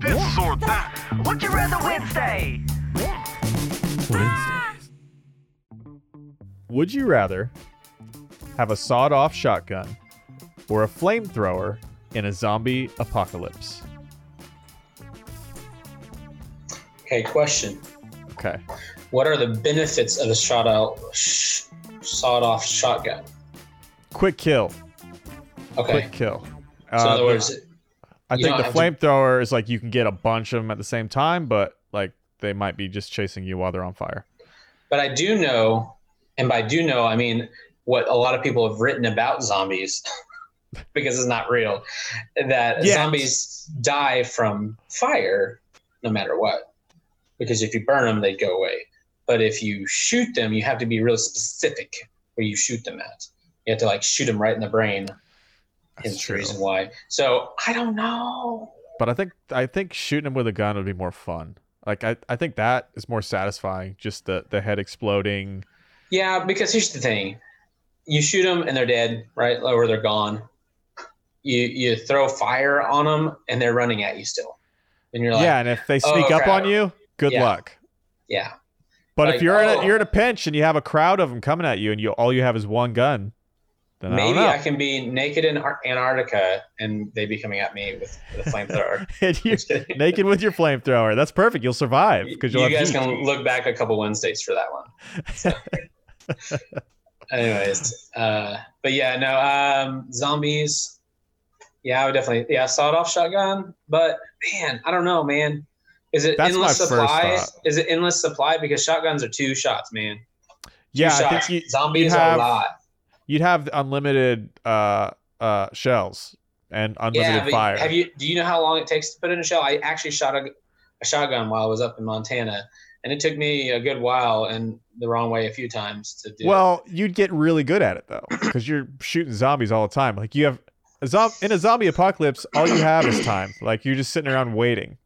This or that. Would you rather Wednesday? Would you rather have a sawed off shotgun or a flamethrower in a zombie apocalypse? Okay, question. Okay. What are the benefits of a shot out, sh- sawed off shotgun? Quick kill. Okay. Quick kill. so, in Uh, other words, I you think the don't have flamethrower is like you can get a bunch of them at the same time, but like they might be just chasing you while they're on fire. but I do know, and by do know, I mean what a lot of people have written about zombies because it's not real that Yeah. zombies die from fire no matter what. Because if you burn them, they go away. But if you shoot them, you have to be really specific where you shoot them at. You have to like shoot them right in the brain. That's is the true. reason why. So I don't know. But I think I think shooting them with a gun would be more fun. Like I, I think that is more satisfying. Just the the head exploding. Yeah, because here's the thing: you shoot them and they're dead, right? Or they're gone. You you throw fire on them and they're running at you still, and you're like, yeah, yeah, and if they "Oh, sneak up crap." on you, good Yeah. luck. But if Like, you're in oh. a, you're in a pinch and you have a crowd of them coming at you, and you all you have is one gun, then I don't maybe know. I, can be naked in Ar- Antarctica and they be coming at me with, with a flamethrower. and you're naked with your flamethrower. That's perfect. You'll survive because you'll you have guys heat. can look back a couple Wednesdays for that one. So- Anyways, uh, but yeah, no um, zombies. Yeah, I would definitely. Yeah, sawed off shotgun. But man, I don't know, man. Is it That's my endless first supply? thought. Is it endless supply? Because shotguns are two shots, man. Two yeah, shots. I think you, zombies you are have- a lot. you'd have unlimited uh, uh, shells and unlimited Yeah, but fire. have you? Do you know how long it takes to put in a shell? I actually shot a, a shotgun while I was up in Montana, and it took me a good while and the wrong way a few times to do. it. Well, you'd get really good at it though, because you're shooting zombies all the time. Like you have a zom- in a zombie apocalypse, all you have is time. Like you're just sitting around waiting.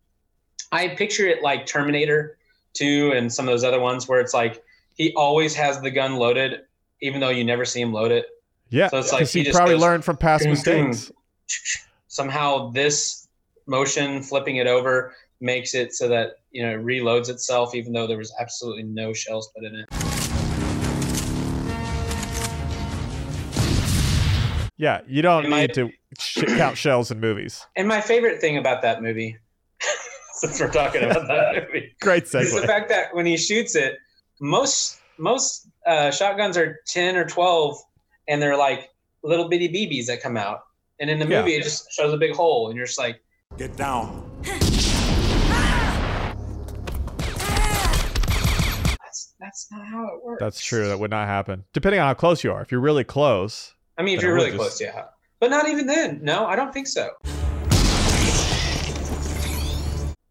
I picture it like Terminator 2 and some of those other ones where it's like he always has the gun loaded, even though you never see him load it. Yeah, So because it's like he you just probably goes, learned from past "Ding, mistakes. Somehow this motion flipping it over makes it so that you know it reloads itself, even though there was absolutely no shells put in it. Yeah, you don't It might- need to sh- count shells in movies. And my favorite thing about that movie, since we're talking about that movie, Great It's the segue. fact that when he shoots it, most most uh, shotguns are ten or twelve, and they're like little bitty BBs that come out. And in the Yeah. movie, it just shows a big hole, and you're just like, Get down. that's that's not how it works. That's true. That would not happen. Depending on how close you are. If you're really close, I mean, if Then you're it would really just- close, yeah. But not even then. No, I don't think so.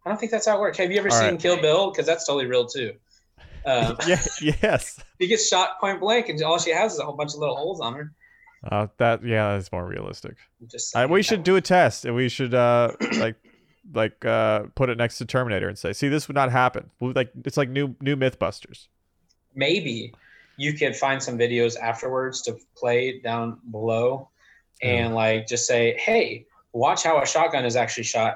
I don't think that's how it works. Have you ever All seen right. Kill Bill? Because that's totally real too. Um, yeah, yes. he gets shot point blank, and all she has is a whole bunch of little holes on her. Uh, that yeah, that's more realistic. I'm Just I, saying we that should do a test, and we should uh like like uh put it next to Terminator and say, see, this would not happen. Well, Like it's like new new MythBusters. maybe you could find some videos afterwards to play down below and like just say hey watch how a shotgun is actually shot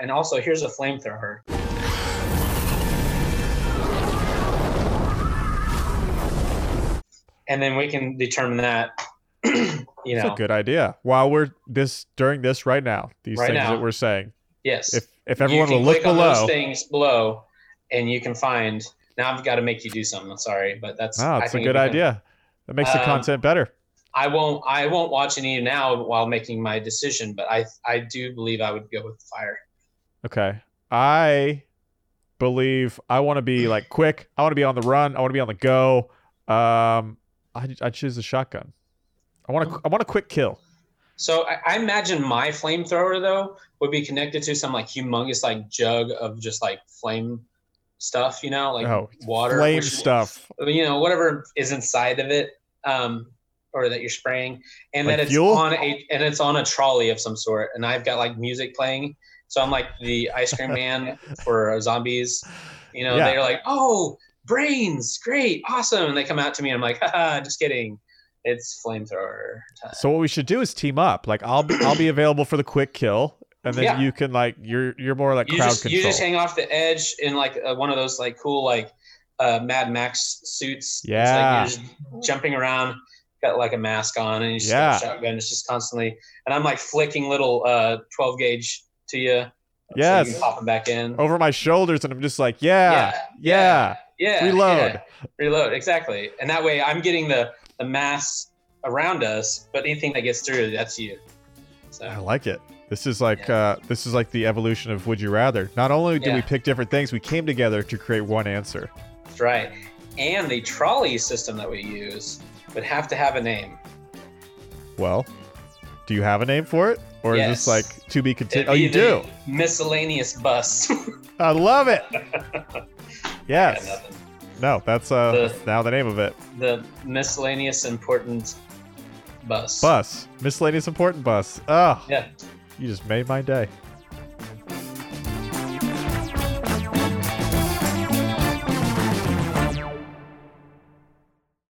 and also here's a flamethrower and then we can determine that you It's know a good idea. While we're this during this right now, these Right things now. that we're saying, yes if if You everyone can will look click on those below, things below and you can find now i've got to make you do something i'm sorry but that's no, I it's a think good it'd be fun. idea. That makes the Um, content better. I won't I won't watch any now while making my decision, but I I do believe I would go with fire. Okay, I believe I want to be like quick. I want to be on the run. I want to be on the go. Um, I I choose the shotgun. I want to I want a quick kill. So I, I imagine my flamethrower though would be connected to some like humongous like jug of just like flame stuff, you know, like oh, water flame which- stuff. You know, whatever is inside of it, um, or that you're spraying. And Like then it's fuel? on a and it's on a trolley of some sort. And I've got like music playing. So I'm like the ice cream man for zombies. You know, Yeah. they're like, oh, brains, great, awesome. And they come out to me, and I'm like, haha, just kidding. It's flamethrower time. So what we should do is team up. Like I'll be I'll be available for the quick kill, and then Yeah. you can like you're you're more like you crowd just control. you just hang off the edge in like uh, one of those like cool like uh, Mad Max suits. It's like Yeah. you're just jumping around, got like a mask on, and you just got a shotgun. It's just constantly, and I'm like flicking little uh, 12 gauge to you. Yes. Oh, so you can pop 'em back in. over my shoulders, and I'm just like, yeah, yeah, yeah, reload. yeah. reload, exactly. And that way, I'm getting the the mass around us, but anything that gets through, that's you. I So like it. This is like uh, this is like the evolution of Would You Rather. Not only did we Yeah. pick different things, we came together to create one answer. that's right. And the trolley system that we use would have to have a name. Well, do you have a name for it, or is this Yes. like to be It'd continued? Oh, be you do. the Miscellaneous bus. I love it. Got Yes. nothing. No, that's uh, The- that's now the name of it. the miscellaneous important bus. Bus, miscellaneous important bus. Oh, Yeah. you just made my day.